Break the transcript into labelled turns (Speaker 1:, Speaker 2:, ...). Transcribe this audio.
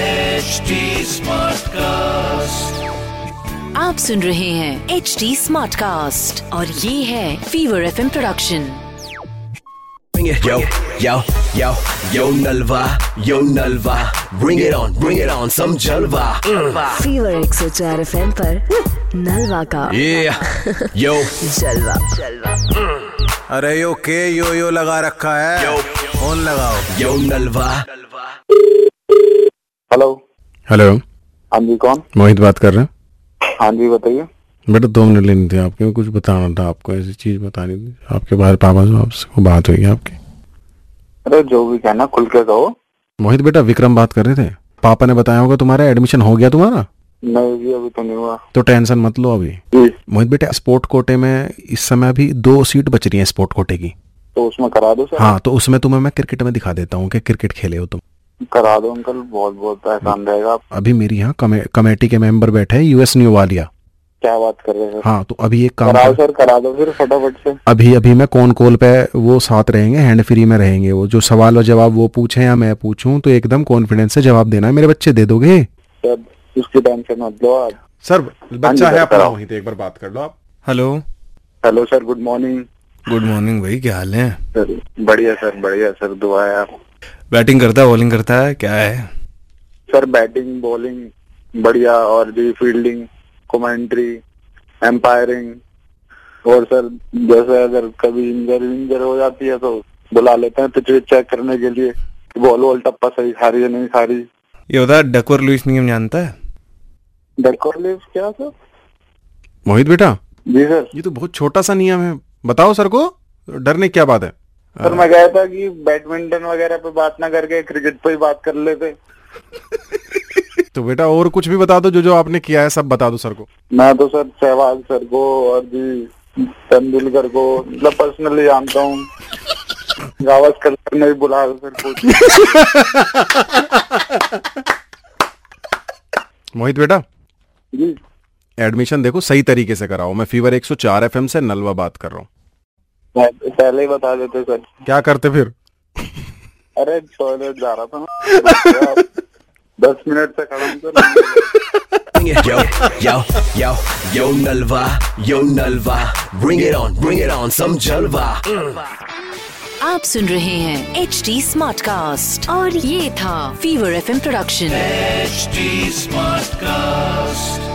Speaker 1: HD Smartcast.
Speaker 2: आप सुन रहे हैं एच डी स्मार्ट कास्ट और ये है fever F production
Speaker 3: Bring it. Yo, yo, yo, yo, Nalva, yo, Nalva. Bring it on, bring it on, some Jalva. Mm.
Speaker 2: Fever एक सौ चार एफ एम नलवा का
Speaker 3: Yeah, yo,
Speaker 2: जलवा जलवा
Speaker 4: अरे यो के यो यो लगा रखा है
Speaker 3: Yo.
Speaker 4: फोन लगाओ
Speaker 3: yo, Nalva.
Speaker 5: हेलो
Speaker 6: हेलो
Speaker 5: हाँ जी कौन
Speaker 6: मोहित बात कर रहे हैं
Speaker 5: हाँ जी बताइए
Speaker 6: बेटा दो मिनट लेनी थी आपके कुछ बताना था आपको ऐसी चीज बतानी थी आपके बाहर पापा से आपसे वो बात हुई है आपकी
Speaker 5: अरे जो भी कहना खुल के कहो
Speaker 6: मोहित बेटा विक्रम बात कर रहे थे पापा ने बताया होगा तुम्हारा एडमिशन हो गया तुम्हारा
Speaker 5: नहीं जी अभी तो नहीं हुआ
Speaker 6: तो टेंशन मत लो अभी
Speaker 5: जी
Speaker 6: मोहित बेटा स्पोर्ट कोटे में इस समय अभी दो सीट बच रही है स्पोर्ट कोटे की
Speaker 5: तो उसमें करा दो सर
Speaker 6: हाँ तो उसमें तुम्हें मैं क्रिकेट में दिखा देता हूँ कि क्रिकेट खेले हो तुम
Speaker 5: करा दो अंकल बहुत बहुत एहसान रहेगा आप
Speaker 6: अभी मेरी यहाँ कमे, कमेटी के मेंबर बैठे हैं यूएस न्यू वालिया
Speaker 5: क्या बात कर रहे हैं सर
Speaker 6: हाँ तो अभी एक काम
Speaker 5: कराओ
Speaker 6: कर,
Speaker 5: सर करा दो फिर फटाफट से
Speaker 6: अभी अभी मैं कौन कॉल पे वो साथ रहेंगे हैंड फ्री में रहेंगे वो जो सवाल और जवाब वो पूछे या मैं पूछूं तो एकदम कॉन्फिडेंस से जवाब देना है मेरे बच्चे दे दोगे
Speaker 5: सर उसकी टेंशन मत लो आप
Speaker 6: सर
Speaker 5: हाँ जी, है सर, अपना कराओ।
Speaker 6: मोहित एक बार बात कर लो आप
Speaker 4: hello
Speaker 5: hello sir good morning
Speaker 4: good morning भाई क्या हाल है
Speaker 5: सर बढ़िया सर बढ़िया सर दुआ है आप
Speaker 4: बैटिंग करता है बॉलिंग करता है क्या है
Speaker 5: सर बैटिंग बॉलिंग बढ़िया और जी फील्डिंग कमेंट्री एम्पायरिंग और सर जैसे अगर कभी इंजर इंजर हो जाती है तो बुला लेते हैं पिच विच चेक करने के लिए कि बॉल वॉल टप्पा सही खा रही है नहीं खा रही
Speaker 4: ये होता डकवर लुइस नियम जानता है
Speaker 5: डकॉर लीव्स क्या सर
Speaker 6: मोहित बेटा
Speaker 5: जी सर
Speaker 6: ये तो बहुत छोटा सा नियम है बताओ सर को डरने की क्या बात है
Speaker 5: सर मैं कहा था कि बैडमिंटन वगैरह पे बात ना करके क्रिकेट पे ही बात कर लेते
Speaker 6: तो बेटा और कुछ भी बता दो जो जो आपने किया है सब बता दो सर को
Speaker 5: मैं तो सर सहवाग सर को और जी तेंदुलकर को मतलब पर्सनली जानता हूँ गावस्कर सर ने भी बुला सर को
Speaker 6: मोहित बेटा
Speaker 5: जी
Speaker 6: एडमिशन देखो सही तरीके से कराओ मैं फीवर 104 एफएम से नलवा बात कर रहा हूँ
Speaker 5: मैं पहले ही बता देते सर
Speaker 6: क्या करते फिर
Speaker 5: अरे टॉयलेट जा रहा था मैं दस मिनट से खड़ा हूँ तो sir
Speaker 3: Bring it. Yo, yo, yo, yo, Nalva, yo, Nalva. Bring it on, bring it on, some Jalva.
Speaker 2: आप सुन रहे हैं एच डी स्मार्ट कास्ट और ये था fever F production
Speaker 1: HD Smartcast.